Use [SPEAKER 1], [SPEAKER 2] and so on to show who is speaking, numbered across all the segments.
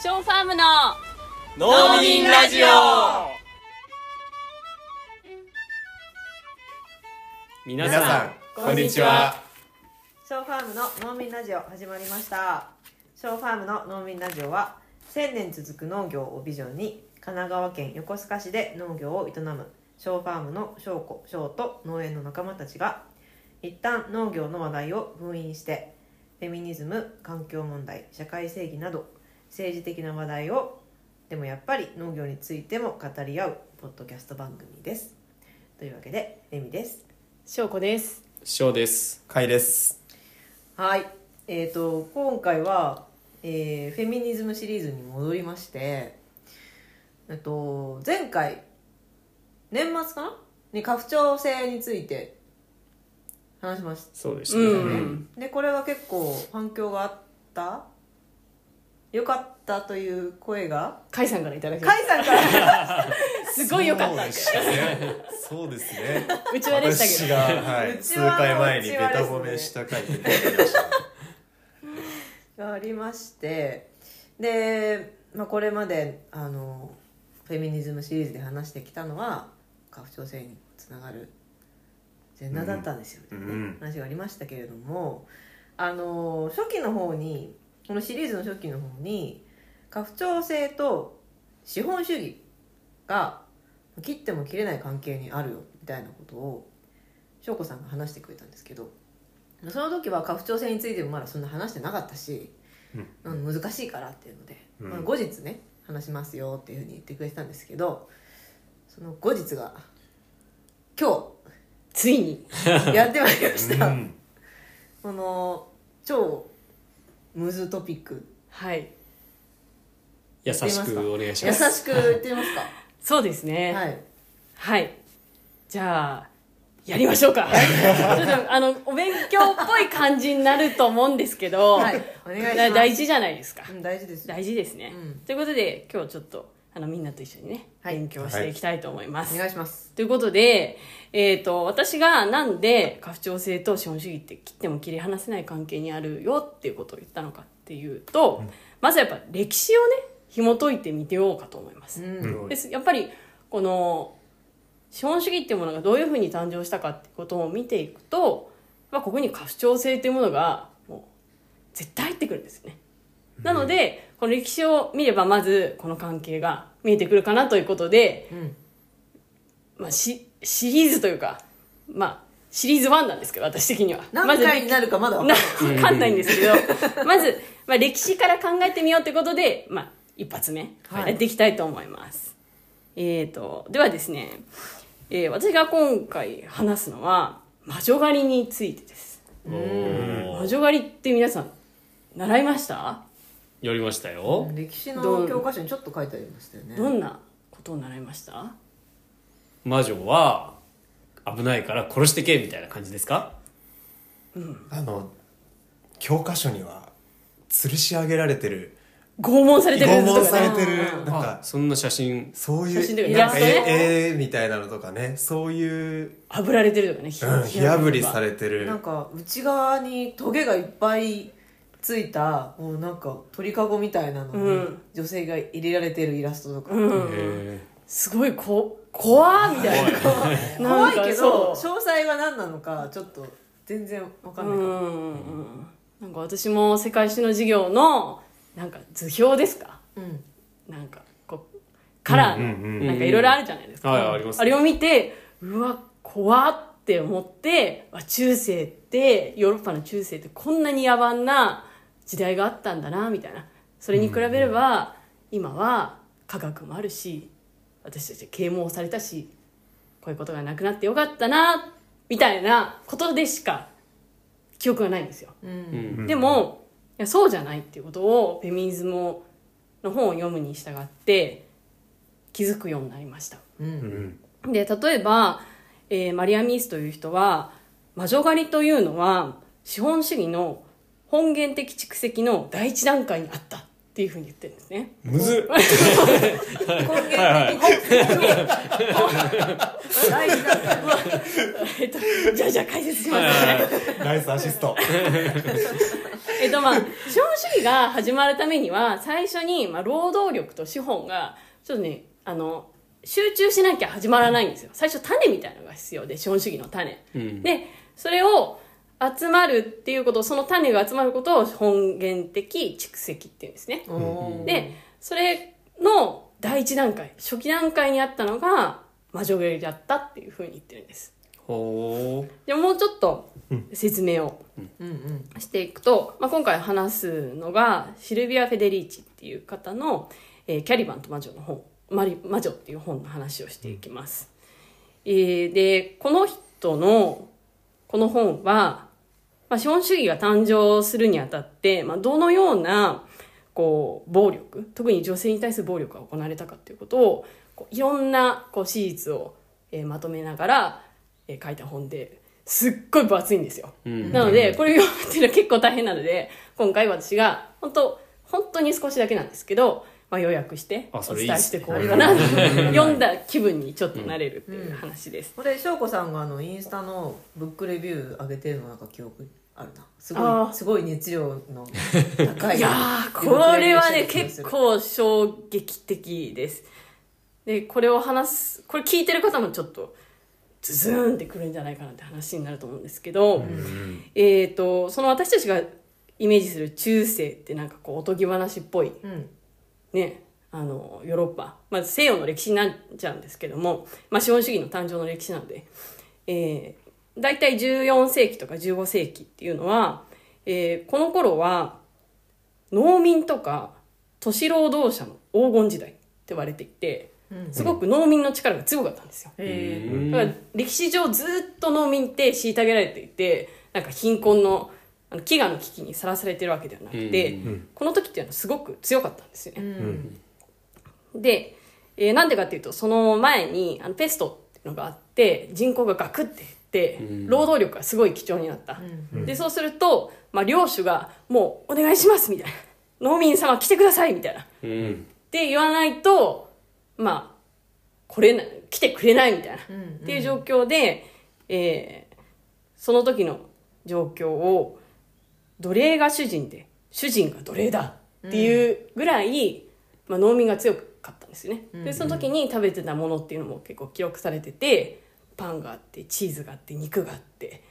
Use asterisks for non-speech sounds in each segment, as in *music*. [SPEAKER 1] ショーファームの
[SPEAKER 2] 農民ラジオ
[SPEAKER 3] 皆
[SPEAKER 2] 皆
[SPEAKER 3] さん
[SPEAKER 2] さんこんにちは
[SPEAKER 4] ショーファームの農民ラジオ始まりましたショーファームの農民ラジオは1000年続く農業をビジョンに神奈川県横須賀市で農業を営むショーファームの翔子翔と農園の仲間たちが一旦農業の話題を封印してフェミニズム環境問題社会正義など政治的な話題をでもやっぱり農業についても語り合うポッドキャスト番組ですというわけでレミです
[SPEAKER 1] しょうこです
[SPEAKER 3] ショーです
[SPEAKER 2] かいです
[SPEAKER 4] はい、えー、と今回は、えーフェミニズムシリーズに戻りまして、えっと、前回年末かなに家父長制について話しまし
[SPEAKER 3] そうでした
[SPEAKER 1] う
[SPEAKER 3] ね、
[SPEAKER 1] ん
[SPEAKER 4] たでこれは結構反響があったよかったという声が
[SPEAKER 1] 甲斐さんからいただきま
[SPEAKER 4] 甲
[SPEAKER 1] し
[SPEAKER 4] 斐さんから
[SPEAKER 1] たすごい良かったって
[SPEAKER 2] そうですね
[SPEAKER 1] うちはでした
[SPEAKER 2] 私
[SPEAKER 1] け
[SPEAKER 2] が、
[SPEAKER 1] ど
[SPEAKER 2] は
[SPEAKER 4] う
[SPEAKER 2] い、数
[SPEAKER 4] ちは
[SPEAKER 2] 回前にベタ
[SPEAKER 4] うちは
[SPEAKER 2] 褒
[SPEAKER 4] ですね
[SPEAKER 2] めした回でございました
[SPEAKER 4] がありましてで、まあ、これまであのフェミニズムシリーズで話してきたのは家父長制につながるジェンダーだったんですよね、
[SPEAKER 2] うんうん
[SPEAKER 4] 話がありましたけれどもあの初期の方にこのシリーズの初期の方に家父長制と資本主義が切っても切れない関係にあるよみたいなことを翔子さんが話してくれたんですけどその時は家父長制についてもまだそんな話してなかったし、うん難しいからっていうので、
[SPEAKER 2] うん
[SPEAKER 4] まあ、後日ね話しますよっていうふうに言ってくれてたんですけどその後日が今
[SPEAKER 1] ついに
[SPEAKER 3] *laughs*
[SPEAKER 4] 日やってまいりました、
[SPEAKER 2] うん
[SPEAKER 4] この超ムズトピック
[SPEAKER 1] はい
[SPEAKER 3] 優しくお願いし
[SPEAKER 4] 優
[SPEAKER 3] ま
[SPEAKER 4] し
[SPEAKER 3] す
[SPEAKER 4] く言ってみますか
[SPEAKER 1] そうですね
[SPEAKER 4] は
[SPEAKER 1] *laughs* はい、
[SPEAKER 4] い
[SPEAKER 1] じゃあやりましょうかちょっとあのお勉強っぽい感じになると思うんですけど、
[SPEAKER 4] はいお願いしま
[SPEAKER 1] だ
[SPEAKER 4] す
[SPEAKER 1] 大事じゃないですか
[SPEAKER 4] うん大事です
[SPEAKER 1] 大事ですね、
[SPEAKER 4] うん
[SPEAKER 1] ということで今日ちょっとあのみんなと一緒にね、
[SPEAKER 4] はい
[SPEAKER 1] 勉強していきたいと思います、
[SPEAKER 4] お願いします
[SPEAKER 1] ということで、えー、と私がなんで家父長制と資本主義って切っても切り離せない関係にあるよっていうことを言ったのかっていうと、まずやっぱ歴史をね紐解いてみてようかと思います
[SPEAKER 4] う、
[SPEAKER 2] うん
[SPEAKER 4] ん
[SPEAKER 1] ですやっぱりこの資本主義っていうものがどういうふうに誕生したかってことを見ていくと、まあ、ここに家父長制っていうものがもう絶対入ってくるんですよね。なので、この歴史を見ればまずこの関係が見えてくるかなということで、
[SPEAKER 4] うん
[SPEAKER 1] まあ、しシリーズというか、まあ、シリーズ1なんですけど私的には。ま
[SPEAKER 4] 何
[SPEAKER 1] ず
[SPEAKER 4] 回になるかまだわかん
[SPEAKER 1] な
[SPEAKER 4] な
[SPEAKER 1] わ
[SPEAKER 4] い
[SPEAKER 1] かんないんですけ
[SPEAKER 4] *laughs*
[SPEAKER 1] ど、まず、まあ、歴史から考えてみようということで、まあ、一発目、
[SPEAKER 4] はい
[SPEAKER 1] やっていきたいと思います。えーと、ではですね、えー私が今回話すのは、魔女狩りについてです。
[SPEAKER 3] お
[SPEAKER 1] 魔
[SPEAKER 3] ー
[SPEAKER 1] 女狩りって皆さん、習いました
[SPEAKER 3] やりましたよ
[SPEAKER 4] 歴史
[SPEAKER 1] ど
[SPEAKER 4] の
[SPEAKER 1] う
[SPEAKER 4] 教科書にちょっと書いてありましたよね
[SPEAKER 1] どんなことを習いました
[SPEAKER 3] 魔女は危ないから殺してけみたいな感じですか
[SPEAKER 2] あの教科書には吊るし上げられてる
[SPEAKER 1] 拷問されてる
[SPEAKER 2] 拷
[SPEAKER 1] やつと
[SPEAKER 2] 問
[SPEAKER 1] か
[SPEAKER 2] さ
[SPEAKER 1] ね
[SPEAKER 2] れてるなん
[SPEAKER 3] あ
[SPEAKER 2] か
[SPEAKER 3] そんな写真
[SPEAKER 2] そう
[SPEAKER 1] 写真とか
[SPEAKER 2] い
[SPEAKER 1] イ
[SPEAKER 2] う
[SPEAKER 1] ラ
[SPEAKER 2] な
[SPEAKER 1] ス
[SPEAKER 2] んか
[SPEAKER 1] トね
[SPEAKER 2] ええみたいなのとかねそういう
[SPEAKER 1] 炙られてるとかね、
[SPEAKER 2] うん火あぶりされて
[SPEAKER 4] な
[SPEAKER 2] る
[SPEAKER 4] んか内側にトゲがいっぱいついたもうなんか鳥かごみたいなのに、
[SPEAKER 1] うん
[SPEAKER 4] 女性が入れられてるイラストとか、
[SPEAKER 1] うん
[SPEAKER 3] へ
[SPEAKER 1] すごいこ怖みたいな
[SPEAKER 4] 怖い
[SPEAKER 1] なん
[SPEAKER 4] け
[SPEAKER 1] か
[SPEAKER 4] ど
[SPEAKER 1] そ
[SPEAKER 4] 詳
[SPEAKER 1] う
[SPEAKER 4] 細は何なのかちょっと全然わかんないか
[SPEAKER 1] う
[SPEAKER 4] ら、
[SPEAKER 1] んうんうんなんか私も世界史の授業のなんか図表ですか
[SPEAKER 4] うん
[SPEAKER 1] なんかこうカラーの、
[SPEAKER 2] うんうん
[SPEAKER 3] うん
[SPEAKER 1] なんかいろいろあるじゃないですか、
[SPEAKER 3] はいあります
[SPEAKER 1] れを見てうわ怖って思ってあ中世ってヨーロッパの中世ってこんなに野蛮な時代があったんだなみたいなそれに比べれば、今は科学もあるし私たちは啓蒙されたしこういうことがなくなってよかったなみたいなことでしか記憶がないんですよ。
[SPEAKER 4] うん
[SPEAKER 3] うん
[SPEAKER 1] でもいやそうじゃないっていうことをフェミニズムの本を読むに従って気づくようになりました
[SPEAKER 4] うん
[SPEAKER 1] で例えば、えーマリア・ミースという人は魔女狩りというのは資本主義の本源的蓄積の第一段階にあったっていうふうに言ってるんですね
[SPEAKER 3] むずっ
[SPEAKER 4] 根源的本大事だった
[SPEAKER 1] *laughs* えっとじゃあじゃあ解説しますね
[SPEAKER 2] ナイスアシスト
[SPEAKER 1] えっとまあ資本主義話が始まるためには最初に、まあ、労働力と資本がちょっとねあの集中しなきゃ始まらないんですよ最初種みたいなのが必要で資本主義の種、
[SPEAKER 3] うん
[SPEAKER 1] でそれを集まるっていうことその種が集まることを本源的蓄積っていうんですね
[SPEAKER 4] おー
[SPEAKER 1] でそれの第一段階初期段階にあったのが魔女狩りだったっていうふうに言ってるんです
[SPEAKER 3] ほ
[SPEAKER 1] でもうちょっと説明を
[SPEAKER 4] うんうん
[SPEAKER 1] していくと、まあ、今回話すのがシルビア・フェデリーチっていう方の「えーキャリバンと魔女」の本「マリ魔女」っていう本の話をしていきます、えーでこの人のこの本は、まあ、資本主義が誕生するにあたって、まあ、どのようなこう暴力特に女性に対する暴力が行われたかっていうことをこういろんなこう史実を、えーまとめながら、えー書いた本ですっごい分厚いんですよ
[SPEAKER 3] う。うん
[SPEAKER 1] なので、これ読むっていうのは結構大変なので、今回私が、本当本当に少しだけなんですけど、まあ、予約して、
[SPEAKER 3] あ
[SPEAKER 1] お
[SPEAKER 3] それい
[SPEAKER 1] 伝
[SPEAKER 3] いっすね
[SPEAKER 1] えしてこうかな、
[SPEAKER 3] *laughs*
[SPEAKER 1] 読んだ気分にちょっとなれるっていう話です。
[SPEAKER 4] これ翔子さんがあのインスタのブックレビュー上げてるのなんか記憶あるなす
[SPEAKER 1] あ
[SPEAKER 4] ご
[SPEAKER 1] ー
[SPEAKER 4] いすごい熱量の高い
[SPEAKER 1] いやー、これはね、結
[SPEAKER 4] 構
[SPEAKER 1] 構衝撃的です。で、これを話す、これ聞いてる方もちょっと、ズズーンってくるんじゃないかなって話になると思うんですけど、えっ、と、その私たちがイメージする中世ってなんかこう、おとぎ話っぽい
[SPEAKER 4] うん
[SPEAKER 1] ね、あのヨーロッパ、まあ、西洋の歴史になっちゃうんですけども、まあ、資本主義の誕生の歴史なので、えー、大体14世紀とか15世紀っていうのは、えーこの頃は農民とか都市労働者の黄金時代って言われていて
[SPEAKER 4] うん
[SPEAKER 1] すごく農民の力が強かったんですよ。
[SPEAKER 4] へ
[SPEAKER 3] うん
[SPEAKER 1] だから歴史上ずっと農民って虐げられていてなんか貧困のあの飢餓の危機にさらされてるわけではなくて、
[SPEAKER 3] うん
[SPEAKER 1] この時っていうのはすごく強かったんですよね。
[SPEAKER 4] えうん
[SPEAKER 1] で、えーなんでかっていうとその前にあのペストっていうのがあって人口がガクって減って労働力がすごい貴重になった、でそうすると、まあ、領主が「もうお願いします」みたいな「農民様来てください」みたいなっ
[SPEAKER 3] うん
[SPEAKER 1] て言わないとまあ来れない来てくれないみたいな、
[SPEAKER 4] うんうん
[SPEAKER 1] っていう状況で、えーその時の状況を奴隷が主人で主人が奴隷だっていうぐらい、まあ、農民が強かったんですよね、でその時に食べてたものっていうのも結構記録されててパンがあってチーズがあって肉があって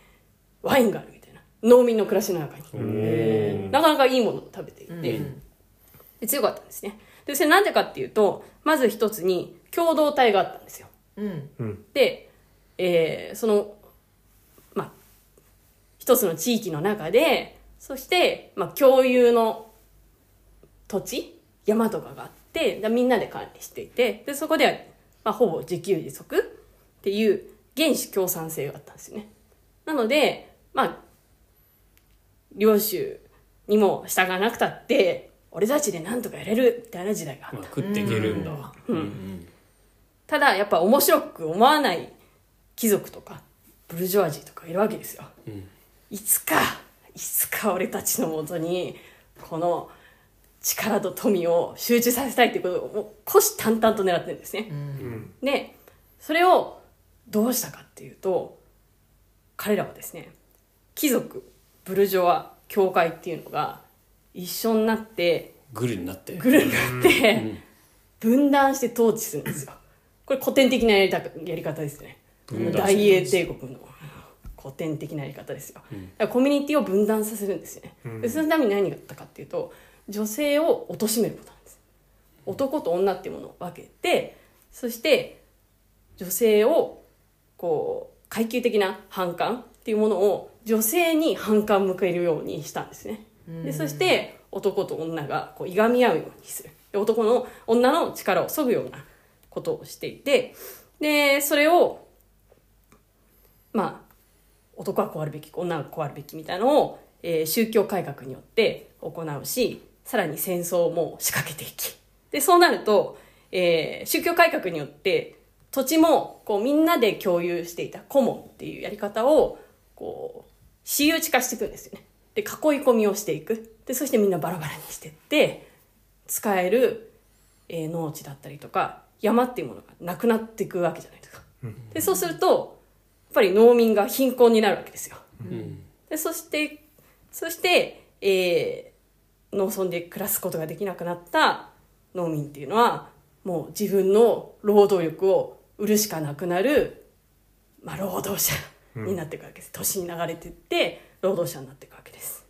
[SPEAKER 1] ワインがあるみたいな農民の暮らしの中になかなかいいものを食べていて、で強かったんですねでそれなんでかっていうとまず一つに共同体があったんですよ
[SPEAKER 4] うん
[SPEAKER 1] で、えーその、まあ、一つの地域の中で、そして、まあ、共有の土地、山とかがあって、でみんなで管理していて、で、そこでは、まあ、ほぼ自給自足っていう原始共産性があったんですよね。なので、まあ、領主にも従わなくたって、俺たちでなんとかやれるみたいな時代があった
[SPEAKER 3] まあ、。食っていけるんだ。うん
[SPEAKER 1] ただやっぱ面白く思わない貴族とかブルジョワジーとかいるわけですよ、いつかいつか俺たちのもとにこの力と富を集中させたいってことをもう虎視眈々と狙ってるんですね、でそれをどうしたかっていうと彼らはですね貴族ブルジョワ教会っていうのが一緒になって
[SPEAKER 3] グルになって。
[SPEAKER 1] グループになって分断して統治するんですよこれ古典的なやりたやり方ですね
[SPEAKER 3] 分断して
[SPEAKER 1] 大英帝国の古典的なやり方ですよ、だからコミュニティを分断させるんですよね、でそのために何があったかっていうと女性を貶としめることなんです男と女っていうものを分けてそして女性をこう階級的な反感っていうものを女性に反感向けるようにしたんですね。でそして男と女がこういがみ合うようにするで男の女の力を削ぐようなことをしていてでそれをまあ男はこうあるべき女はこうあるべきみたいなのを、えー宗教改革によって行うしさらに戦争も仕掛けていきでそうなると、えー宗教改革によって土地もこうみんなで共有していたコモンっていうやり方をこう私有地化していくんですよねで囲い込みをしていくでそしてみんなバラバラにしていって使える、えー農地だったりとか山っていうものがなくなっていくわけじゃないですか。でそうするとやっぱり農民が貧困になるわけですよ。
[SPEAKER 3] うん
[SPEAKER 1] でそしてそして、え農村で暮らすことができなくなった農民っていうのはもう自分の労働力を売るしかなくなる、まあ、労働者になっていくわけです、都市に流れていって労働者になっていくわけです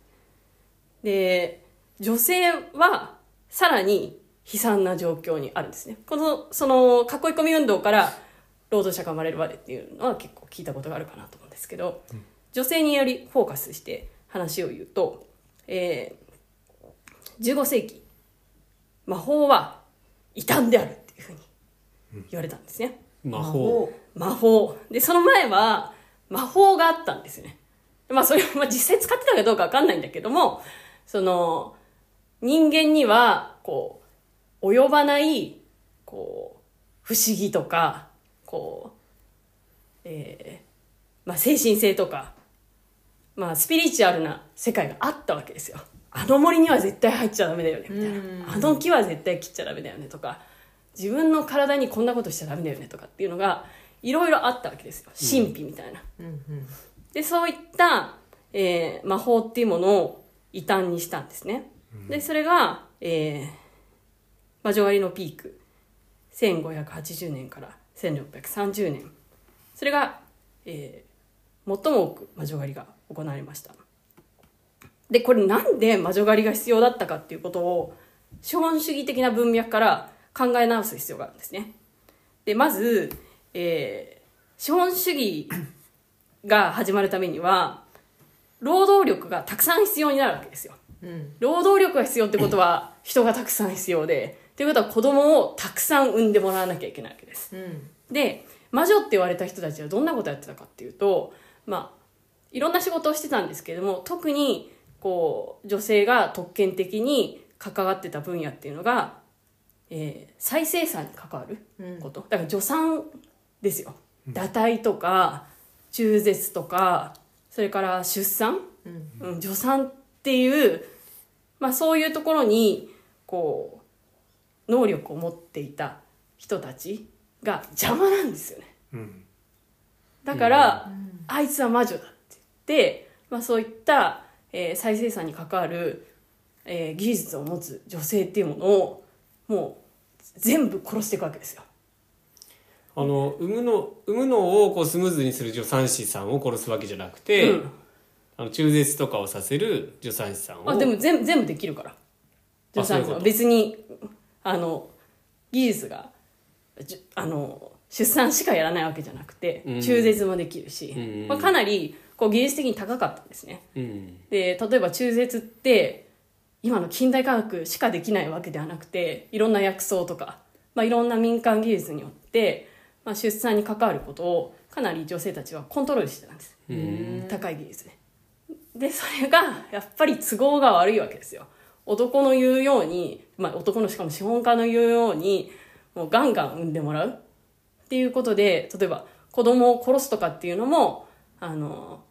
[SPEAKER 1] で女性はさらに悲惨な状況にあるんですねこのその囲い込み運動から労働者が生まれるまでっていうのは結構聞いたことがあるかなと思うんですけど、女性によりフォーカスして話を言うと、えー15世紀魔法は異端であるっていうふうに言われたんですね、
[SPEAKER 3] 魔法
[SPEAKER 1] 魔法でその前は魔法があったんですよねまあそれはまあ実際使ってたかどうかわかんないんだけどもその人間にはこう及ばないこう不思議とかこう、えーまあ、精神性とか、まあ、スピリチュアルな世界があったわけですよあの森には絶対入っちゃダメだよねみたいなあの木は絶対切っちゃダメだよねとか自分の体にこんなことしちゃダメだよねとかっていうのがいろいろあったわけですよ神秘みたいな。
[SPEAKER 4] うんうん
[SPEAKER 1] でそういった、えー魔法っていうものを異端にしたんですね。でそれが、えー魔女狩りのピーク1580年から1630年それが、えー最も多く魔女狩りが行われました。でこれなんで魔女狩りが必要だったかっていうことを資本主義的な文脈から考え直す必要があるんですね。でまず、えー資本主義が始まるためには労働力がたくさん必要になるわけですよ
[SPEAKER 4] うん
[SPEAKER 1] 労働力が必要ってことは人がたくさん必要でということは子供をたくさん産んでもらわなきゃいけないわけです
[SPEAKER 4] うん
[SPEAKER 1] で魔女って言われた人たちはどんなことやってたかっていうとまあいろんな仕事をしてたんですけれども特にこう女性が特権的に関わってた分野っていうのが、えー再生産に関わる
[SPEAKER 4] うん
[SPEAKER 1] ことだから助産ですよ堕胎とか中絶とかそれから出産、
[SPEAKER 4] うん
[SPEAKER 1] うん、助産っていう、まあ、そういうところにこう能力を持っていた人たちが邪魔なんですよね
[SPEAKER 2] うん
[SPEAKER 1] だから、あいつは魔女だって言って、まあ、そういった、えー再生産に関わる、えー技術を持つ女性っていうものをもう全部殺していくわけですよ。
[SPEAKER 3] あの産むの産むのをこうスムーズにする助産師さんを殺すわけじゃなくて、
[SPEAKER 1] うん
[SPEAKER 3] あの中絶とかをさせる助産師さんを
[SPEAKER 1] あでも全全部できるから助
[SPEAKER 3] そうい
[SPEAKER 1] 産師
[SPEAKER 3] う
[SPEAKER 1] さん
[SPEAKER 3] こと
[SPEAKER 1] 別にあの技術がじゅあの出産しかやらないわけじゃなくて、
[SPEAKER 3] うん
[SPEAKER 1] 中絶もできるし、
[SPEAKER 3] うん
[SPEAKER 1] まあ、かなりこう技術的に高かったんですね
[SPEAKER 3] うん
[SPEAKER 1] で例えば中絶って今の近代科学しかできないわけではなくていろんな薬草とか、まあ、いろんな民間技術によって、まあ、出産に関わることをかなり女性たちはコントロールしてたんです
[SPEAKER 3] うん
[SPEAKER 1] 高い技術ねでそれがやっぱり都合が悪いわけですよ男の言うように、まあ、男のしかも資本家の言うようにもうガンガン産んでもらうっていうことで例えば子供を殺すとかっていうのもあの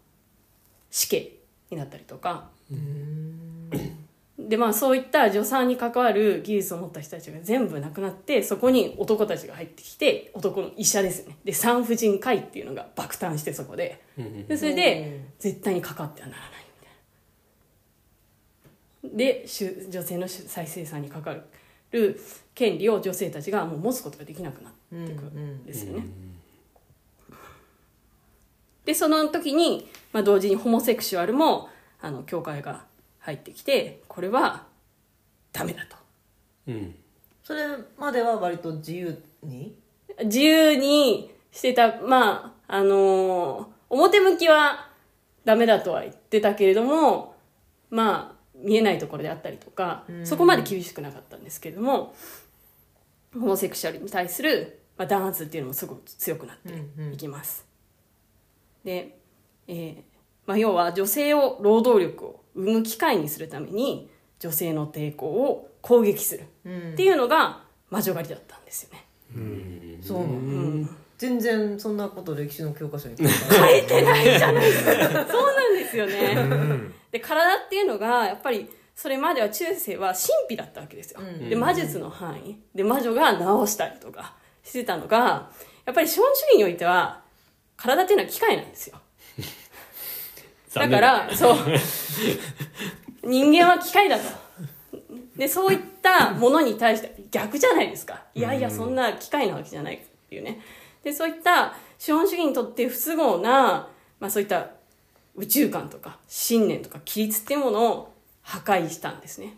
[SPEAKER 1] 死刑になったりとかでまあそういった助産に関わる技術を持った人たちが全部なくなってそこに男たちが入ってきて男の医者ですよねで産婦人科医っていうのが爆誕してそこででそれで絶対にかかってはならないみたいなでしゅ女性のしゅ再生産にかかる権利を女性たちがもう持つことができなくなっていくんですよね、でその時に、まあ、同時にホモセクシュアルもあの教会が入ってきてこれはダメだと
[SPEAKER 3] うん
[SPEAKER 4] それまでは割と自由に
[SPEAKER 1] 自由にしてたまああのー表向きはダメだとは言ってたけれどもまあ見えないところであったりとかそこまで厳しくなかったんですけれどもホモセクシャルに対する、まあ、弾圧っていうのもすごく強くなっていきます。で、えーまあ、要は女性を労働力を生む機会にするために女性の抵抗を攻撃するっていうのが魔女狩りだったんですよね。
[SPEAKER 4] そうなの全然そんなこと歴史の教科書に書いて
[SPEAKER 1] 書いてないじゃないですかそうなんですよねで体っていうのがやっぱりそれまでは中世は神秘だったわけですよ、
[SPEAKER 4] うん
[SPEAKER 1] で魔術の範囲で魔女が治したりとかしてたのがやっぱり資本主義においては体っていうのは機械なんですよだ
[SPEAKER 3] 残
[SPEAKER 1] か
[SPEAKER 3] 念
[SPEAKER 1] らそう人間は機械だとでそういったものに対して逆じゃないですかいやいやそんな機械なわけじゃないっていうねでそういった資本主義にとって不都合な、まあ、そういった宇宙観とか信念とか規律っていうものを破壊したんですね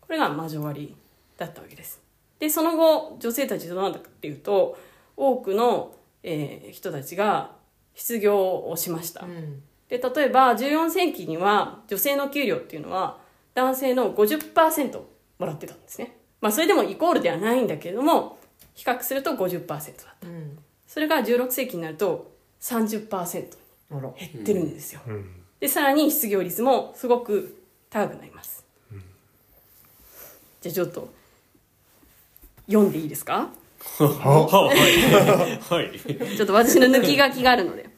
[SPEAKER 1] これが魔女狩りだったわけですでその後女性たちどうなったかっていうと多くの、えー人たちが失業をしました、
[SPEAKER 4] うん
[SPEAKER 1] で例えば14世紀には女性の給料っていうのは男性の50%もらってたんですね、まあ、それでもイコールではないんだけれども比較すると50%だ
[SPEAKER 4] うん
[SPEAKER 1] それが16世紀になると30%に
[SPEAKER 4] あら
[SPEAKER 1] 減ってるんですよ、
[SPEAKER 2] うん
[SPEAKER 1] でさらに失業率もすごく高くなります、じゃあちょっと読んでいいですか
[SPEAKER 3] はいはい
[SPEAKER 1] ちょっと私の抜き書きがあるので、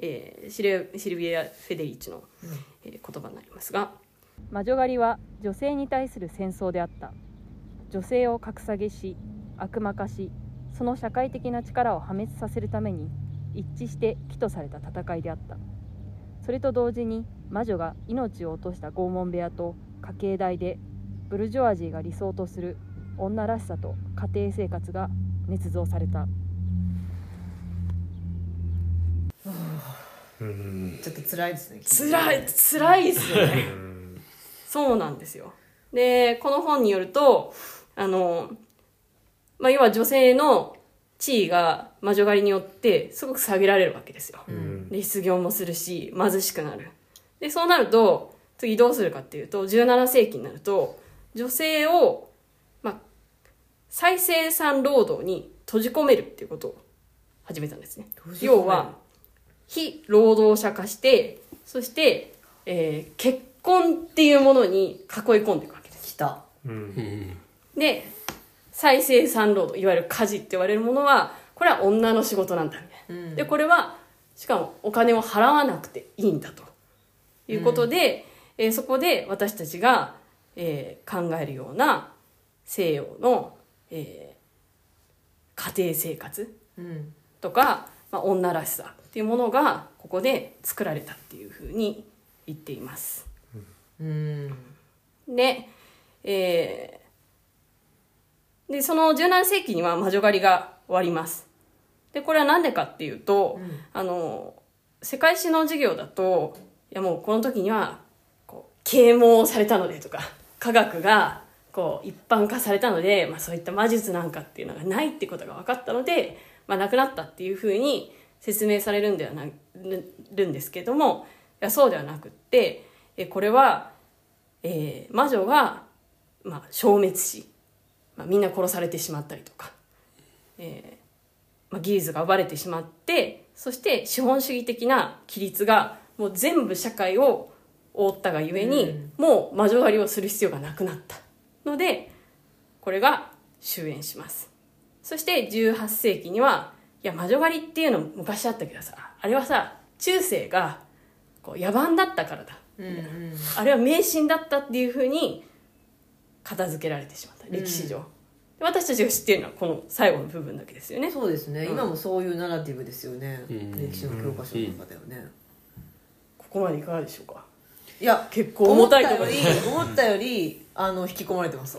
[SPEAKER 1] えーシルシルビア・フェデリッチの、えー言葉になりますが魔女狩りは女性に対する戦争であった女性を格下げし悪魔化しその社会的な力を破滅させるために一致して起とされた戦いであったそれと同時に魔女が命を落とした拷問部屋と家計代でブルジョワジーが理想とする女らしさと家庭生活が捏造された
[SPEAKER 2] うん
[SPEAKER 4] ちょっと辛いですね
[SPEAKER 1] 辛い辛いですよねそうなんですよでこの本によるとあの、まあ、要は女性の地位が魔女狩りによってすごく下げられるわけですよ
[SPEAKER 2] うん
[SPEAKER 1] で失業もするし貧しくなるでそうなると次どうするかっていうと17世紀になると女性を、まあ、再生産労働に閉じ込めるっていうことを始めたんですね
[SPEAKER 4] 閉じ込める
[SPEAKER 1] 要は非労働者化してそして、えー結婚っていうものに囲い込んでいくわけです
[SPEAKER 4] 来た
[SPEAKER 2] うん
[SPEAKER 3] うん
[SPEAKER 1] で再生産労働いわゆる家事って言われるものはこれは女の仕事なんだみたいな
[SPEAKER 4] うん
[SPEAKER 1] でこれはしかもお金を払わなくていいんだということで、えーそこで私たちが、えー考えるような西洋の、えー家庭生活
[SPEAKER 4] うん
[SPEAKER 1] とか、まあ、女らしさっていうものがここで作られたっていうふうに言っています。
[SPEAKER 4] うん
[SPEAKER 1] で,、えーでその17世紀には魔女狩りが終わります。でこれは何でかっていうと、あの世界史の授業だといやもうこの時にはこう啓蒙されたのでとか科学がこう一般化されたので、まあ、そういった魔術なんかっていうのがないってことが分かったので、まあ、なくなったっていうふうに説明されるんではなるるんですけどもいやそうではなくってえこれは、えー魔女が、まあ、消滅し、まあ、みんな殺されてしまったりとか。まあ、技術が奪われてしまってそして資本主義的な規律がもう全部社会を覆ったがゆえに、もう魔女狩りをする必要がなくなったのでこれが終焉しますそして18世紀にはいや魔女狩りっていうの昔あったけどさあれはさ中世がこう野蛮だったからだ
[SPEAKER 4] うんうん
[SPEAKER 1] あれは迷信だったっていうふうに片付けられてしまった歴史上、で私たちが知ってるのはこの最後の部分だけですよね
[SPEAKER 4] そうですね、
[SPEAKER 1] うん
[SPEAKER 4] 今もそういうナラティブですよね、
[SPEAKER 3] うん
[SPEAKER 4] 歴史の教科書の中だよね、
[SPEAKER 1] ここまでいかがでしょうか
[SPEAKER 4] いや
[SPEAKER 1] 結構重たいと
[SPEAKER 4] 思
[SPEAKER 1] こ
[SPEAKER 4] った
[SPEAKER 1] ろ
[SPEAKER 4] より思ったよりあの引き込まれてます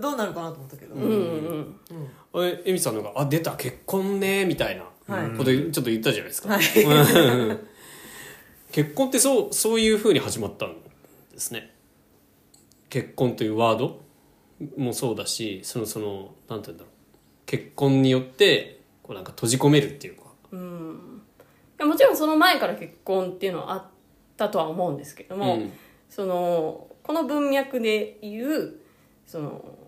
[SPEAKER 4] ど *laughs* うなるかなと思ったけど、
[SPEAKER 1] うんうん
[SPEAKER 3] えエミさんのが「あ出た結婚ね」みたいな
[SPEAKER 4] はい
[SPEAKER 3] ことちょっと言ったじゃないですか、
[SPEAKER 4] はい
[SPEAKER 3] うん *laughs* 結婚ってそうそういうふうに始まったんですね結婚というワードもそうだしそのそのなんて言うんだろう結婚によってこうなんか閉じ込めるっていうか
[SPEAKER 1] いやもちろんその前から結婚っていうのはあったとは思うんですけども、
[SPEAKER 3] うん
[SPEAKER 1] そのこの文脈で言うその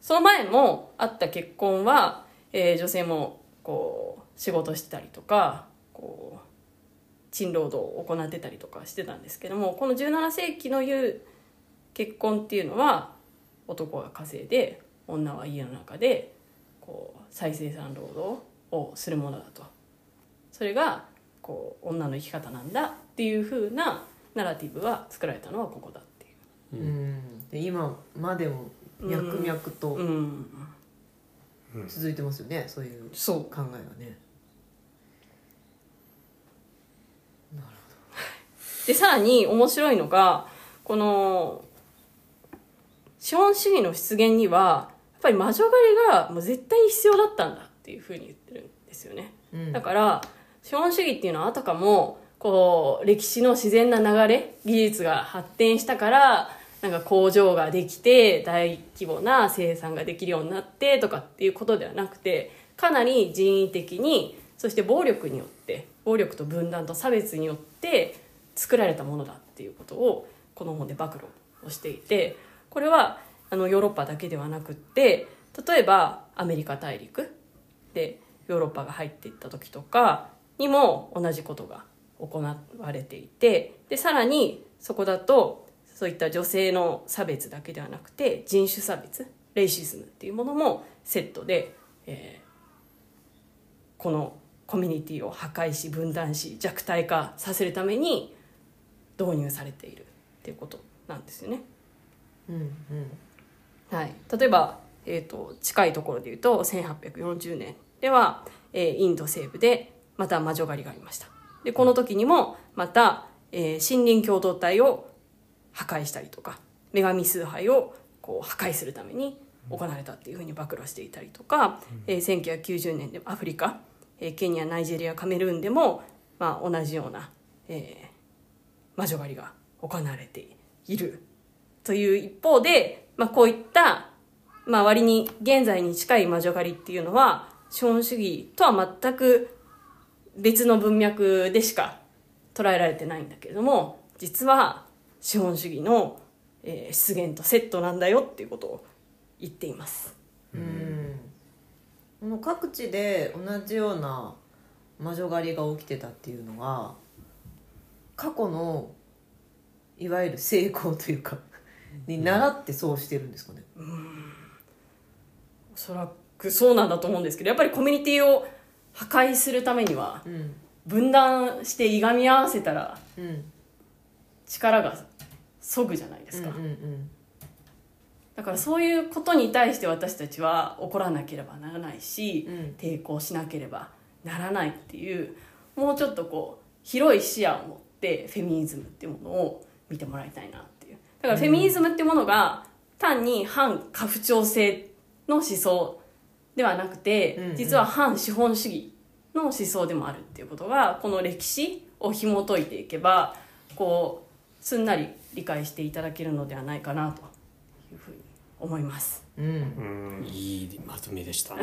[SPEAKER 1] その前もあった結婚は、えー女性もこう仕事してたりとかこう賃労働を行ってたりとかしてたんですけどもこの17世紀の言う結婚っていうのは男が稼いで女は家の中でこう再生産労働をするものだとそれがこう女の生き方なんだっていう風なナラティブが作られたのはここだっていう
[SPEAKER 4] うんで今までも脈々と
[SPEAKER 1] うん
[SPEAKER 4] 続いてますよね、そういう考
[SPEAKER 1] そ
[SPEAKER 4] えがねなるほど
[SPEAKER 1] でさらに面白いのがこの資本主義の出現にはやっぱり魔女狩りがもう絶対に必要だったんだっていうふうに言ってるんですよね。
[SPEAKER 4] うん
[SPEAKER 1] だから資本主義っていうのはあたかもこう歴史の自然な流れ技術が発展したからなんか工場ができて大規模な生産ができるようになってとかっていうことではなくてかなり人為的にそして暴力によって暴力と分断と差別によって作られたものだっていうことをこの本で暴露をしていてこれはあのヨーロッパだけではなくって例えばアメリカ大陸でヨーロッパが入っていった時とかにも同じことが行われていてでさらにそこだとそういった女性の差別だけではなくて人種差別レイシズムっていうものもセットで、えーこのコミュニティを破壊し分断し弱体化させるために導入されているっていうことなんですよね。
[SPEAKER 4] うんうん
[SPEAKER 1] はい、例えば、えー、と近いところで言うと1840年では、えーインド西部でまた魔女狩りがありましたでこの時にもまた、えー森林共同体を破壊したりとか女神崇拝をこう破壊するために行われたっていうふうに暴露していたりとか、えー1990年でアフリカ、えーケニアナイジェリアカメルーンでも、まあ、同じような、えー魔女狩りが行われているという一方で、まあ、こういった、まあ、割に現在に近い魔女狩りっていうのは資本主義とは全く別の文脈でしか捉えられてないんだけれども実は資本主義の、えー出現とセットなんだよっていうことを言っています。
[SPEAKER 4] この各地で同じような魔女狩りが起きてたっていうのは過去のいわゆる成功というかに習ってそうしてるんですかね。
[SPEAKER 1] おそらくそうなんだと思うんですけどやっぱりコミュニティを破壊するためには
[SPEAKER 4] うん
[SPEAKER 1] 分断していがみ合わせたら
[SPEAKER 4] うんうん
[SPEAKER 1] 力が削ぐじゃないですか、
[SPEAKER 4] うんうん
[SPEAKER 1] だからそういうことに対して私たちは怒らなければならないし、
[SPEAKER 4] うん
[SPEAKER 1] 抵抗しなければならないっていうもうちょっとこう広い視野を持ってフェミニズムっていうものを見てもらいたいなっていうだからフェミニズムっていうものが単に反家父長制の思想ではなくて、
[SPEAKER 4] うんうん
[SPEAKER 1] 実は反資本主義の思想でもあるっていうことがこの歴史を紐解いていけばこうすんなり理解していただけるのではないかなというふうに思います。
[SPEAKER 4] うん
[SPEAKER 2] うん
[SPEAKER 3] いいまとめでしたね。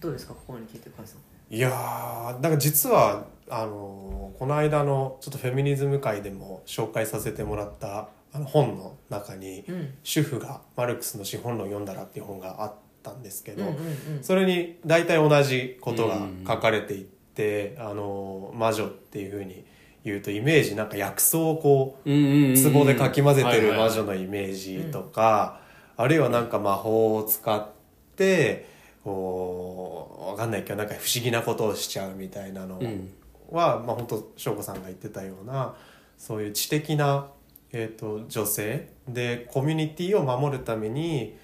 [SPEAKER 4] どうですかここに聞いてカイさん。
[SPEAKER 2] いやーなんか実はあのーこの間のちょっとフェミニズム界でも紹介させてもらったあの本の中に
[SPEAKER 4] うん
[SPEAKER 2] 「主婦がマルクスの資本論読んだら」っていう本があったんですけ
[SPEAKER 4] うん
[SPEAKER 2] ど、
[SPEAKER 4] うんうん
[SPEAKER 2] それに大体同じことが書かれていって「あのー魔女」っていうふうに言うとイメージなんか薬草をこう壺
[SPEAKER 3] 壺
[SPEAKER 2] でかき混ぜてる魔女のイメージとか、あるいはなんか魔法を使ってこうわかんないけどなんか不思議なことをしちゃうみたいなの
[SPEAKER 3] うん
[SPEAKER 2] は、まあ本当翔子さんが言ってたようなそういう知的な、えー、と女性でコミュニティを守るために、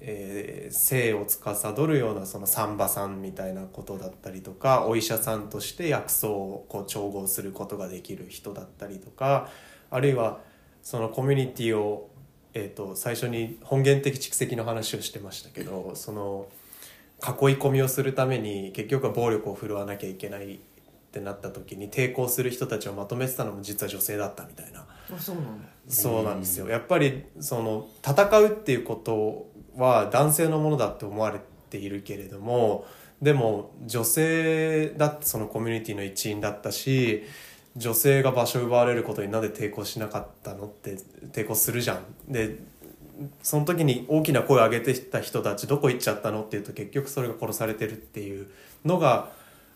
[SPEAKER 2] えー性を司るようなその産婆さんみたいなことだったりとかお医者さんとして薬草をこう調合することができる人だったりとかあるいはそのコミュニティを、えー、と最初に本源的蓄積の話をしてましたけどその囲い込みをするために結局は暴力を振るわなきゃいけないってなった時に抵抗する人たちをまとめてたのも実は女性だったみたいな。
[SPEAKER 4] あそうなんだ。
[SPEAKER 2] そうなんですよやっぱりその戦うっていうことは男性のものだって思われているけれどもでも女性だってそのコミュニティの一員だったし女性が場所を奪われることになんで抵抗しなかったのって抵抗するじゃん。でその時に大きな声を上げてきた人たちどこ行っちゃったのっていうと結局それが殺されてるっていうのが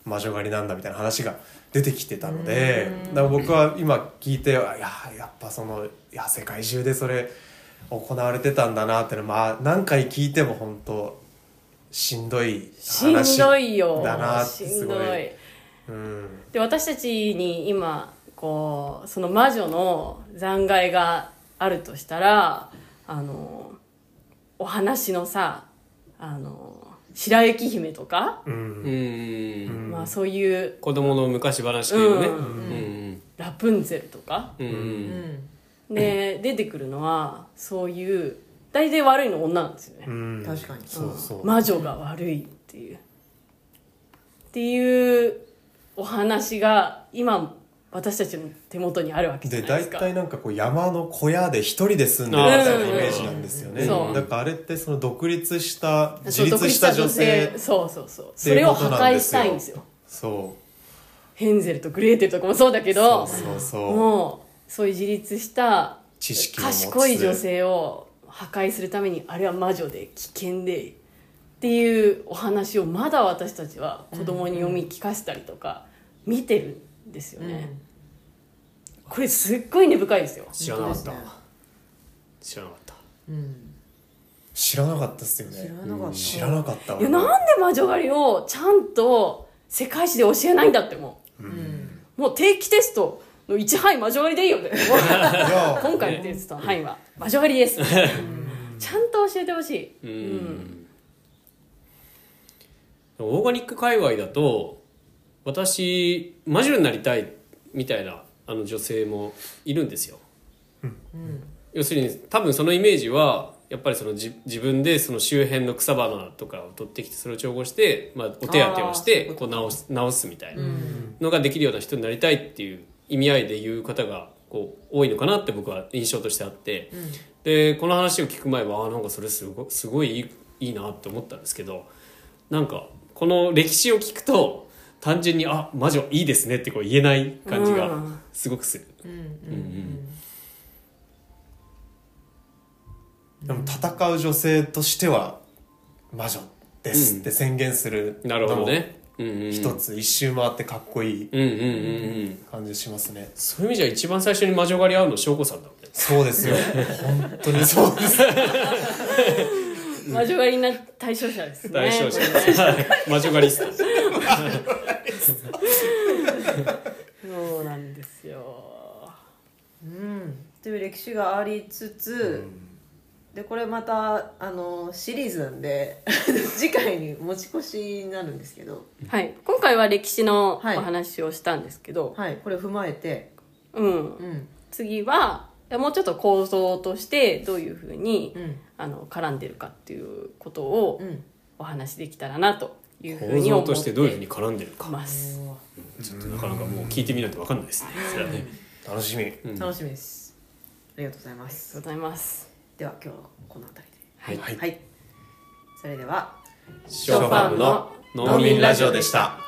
[SPEAKER 2] 魔女狩りなんだみたいな話が出てきてたので
[SPEAKER 4] うん
[SPEAKER 2] だから僕は今聞いていややっぱそのいや世界中でそれ行われてたんだなってのはまあ何回聞いても本当しんどい
[SPEAKER 1] し
[SPEAKER 2] 話
[SPEAKER 1] んどいよ
[SPEAKER 2] だなって
[SPEAKER 1] し
[SPEAKER 2] す
[SPEAKER 1] ん
[SPEAKER 2] ご
[SPEAKER 1] ど
[SPEAKER 2] い
[SPEAKER 1] い
[SPEAKER 2] うん
[SPEAKER 1] で私たちに今こうその魔女の残骸があるとしたらあのお話のさあの白雪姫とか、
[SPEAKER 2] うん
[SPEAKER 3] うん
[SPEAKER 2] うん
[SPEAKER 1] まあ、そういう
[SPEAKER 3] 子供の昔話系のね。
[SPEAKER 1] うん
[SPEAKER 3] うん
[SPEAKER 1] ラプンツェルとか、
[SPEAKER 3] うん
[SPEAKER 4] うんうん
[SPEAKER 1] ね、出てくるのはそういう大体悪いの女なんですよね、
[SPEAKER 2] うん
[SPEAKER 4] 確かに
[SPEAKER 2] そうそう、
[SPEAKER 1] 魔女が悪いっていうっていうお話が今私たちの手元にあるわけじゃ
[SPEAKER 2] で
[SPEAKER 1] ないで
[SPEAKER 2] 大
[SPEAKER 1] すか
[SPEAKER 2] 体なんかこう山の小屋で一人で住んでるみたいなイメージなんですよね、
[SPEAKER 1] うんそう
[SPEAKER 2] だからあれってその独立した自
[SPEAKER 1] そう独
[SPEAKER 2] 立
[SPEAKER 1] 立
[SPEAKER 2] した女性
[SPEAKER 1] そうそうそう
[SPEAKER 2] て
[SPEAKER 1] そ
[SPEAKER 2] い
[SPEAKER 1] れを
[SPEAKER 2] うこ
[SPEAKER 1] 破
[SPEAKER 2] となんで
[SPEAKER 1] 壊
[SPEAKER 2] すよ
[SPEAKER 1] したいんですよ
[SPEAKER 2] そう
[SPEAKER 1] ヘンゼルとグレーテルとかもそうだけ
[SPEAKER 2] そ
[SPEAKER 1] ど
[SPEAKER 2] うそうそう
[SPEAKER 1] もうそういう自立した
[SPEAKER 2] 知識を持つ
[SPEAKER 1] 賢い女性を破壊するためにあれは魔女で危険でっていうお話をまだ私たちは子供に読み聞かせたりとか見てるんですよね、これすっごい根深いですよ
[SPEAKER 3] 知らなかっ
[SPEAKER 4] 本当
[SPEAKER 3] た
[SPEAKER 4] ですね
[SPEAKER 3] 知らなかった
[SPEAKER 4] うん
[SPEAKER 2] 知らなかったっすよ
[SPEAKER 4] 知ら
[SPEAKER 2] ね
[SPEAKER 4] なかった
[SPEAKER 2] 知らなかった
[SPEAKER 1] いやなんで魔女狩りをちゃんと世界史で教えないんだっても
[SPEAKER 4] うん
[SPEAKER 1] うもう定期テストの1範囲魔女狩りでいいよ
[SPEAKER 3] *laughs*
[SPEAKER 1] ね
[SPEAKER 2] いや
[SPEAKER 1] 今回のテストの範囲は魔女狩りですちゃんと教えてほしい
[SPEAKER 3] うん、オーガニック界隈だと私魔女になりたいみたいなあの女性もいるんですよ
[SPEAKER 4] うん
[SPEAKER 3] 要するに多分そのイメージはやっぱりそのじ自分でその周辺の草花とかを取ってきてそれを調合して、まあ、お手当てをし
[SPEAKER 4] あーそうい
[SPEAKER 3] て
[SPEAKER 4] うこと
[SPEAKER 3] こう直す直すみたいな
[SPEAKER 4] うん
[SPEAKER 3] のができるような人になりたいっていう意味合いで言う方がこう多いのかなって僕は印象としてあって、でこの話を聞く前はあーなんかそれすごすごいいいいいなって思ったんですけどなんかこの歴史を聞くと単純に「あ魔女いいですね」ってこう言えない感じ
[SPEAKER 1] う
[SPEAKER 3] が
[SPEAKER 1] ん
[SPEAKER 3] すごくする。
[SPEAKER 4] うん
[SPEAKER 2] でも戦う女性としては魔女ですって宣言する
[SPEAKER 3] なるほ
[SPEAKER 2] の
[SPEAKER 3] ど
[SPEAKER 2] も
[SPEAKER 3] ね。うんうん、
[SPEAKER 2] 一つ一周回ってかっこいい
[SPEAKER 3] うんうんうんうん
[SPEAKER 2] 感じしますね
[SPEAKER 3] そういう意味じゃ一番最初に魔女狩り合うの翔子さんだもんね
[SPEAKER 2] そ
[SPEAKER 1] *laughs*
[SPEAKER 2] うですよ本当にそうです
[SPEAKER 1] 魔女狩りな対象者ですね
[SPEAKER 3] 大勝者
[SPEAKER 1] これね
[SPEAKER 3] *laughs* 魔女狩りスト
[SPEAKER 1] そうなんですよ
[SPEAKER 4] うんという歴史がありつつ、でこれまたあのシリーズなんで *laughs* 次回に持ち越しになるんですけど、
[SPEAKER 1] はい今回は歴史のお
[SPEAKER 4] はい
[SPEAKER 1] 話をしたんですけど、
[SPEAKER 4] はい、これ踏まえて、
[SPEAKER 1] うん
[SPEAKER 4] うん
[SPEAKER 1] 次はもうちょっと構造としてどういうふうに、
[SPEAKER 4] うん
[SPEAKER 1] あの絡んでるかっていうことを
[SPEAKER 4] うん、
[SPEAKER 1] お話しできたらなというふう
[SPEAKER 3] 構
[SPEAKER 1] に
[SPEAKER 3] 造
[SPEAKER 1] 思って
[SPEAKER 3] としてどういうふうに絡んでるか
[SPEAKER 1] ます
[SPEAKER 3] ちょっとなかなかもう聞いてみないと分かんないですねそれはね
[SPEAKER 2] 楽しみ
[SPEAKER 3] うん
[SPEAKER 4] 楽しみです。ありがとうございます
[SPEAKER 1] ご。ざいます
[SPEAKER 4] では今日はこの辺り
[SPEAKER 3] はい
[SPEAKER 4] で。はい。それでは
[SPEAKER 3] ショーファームの農民ラジオでした
[SPEAKER 2] た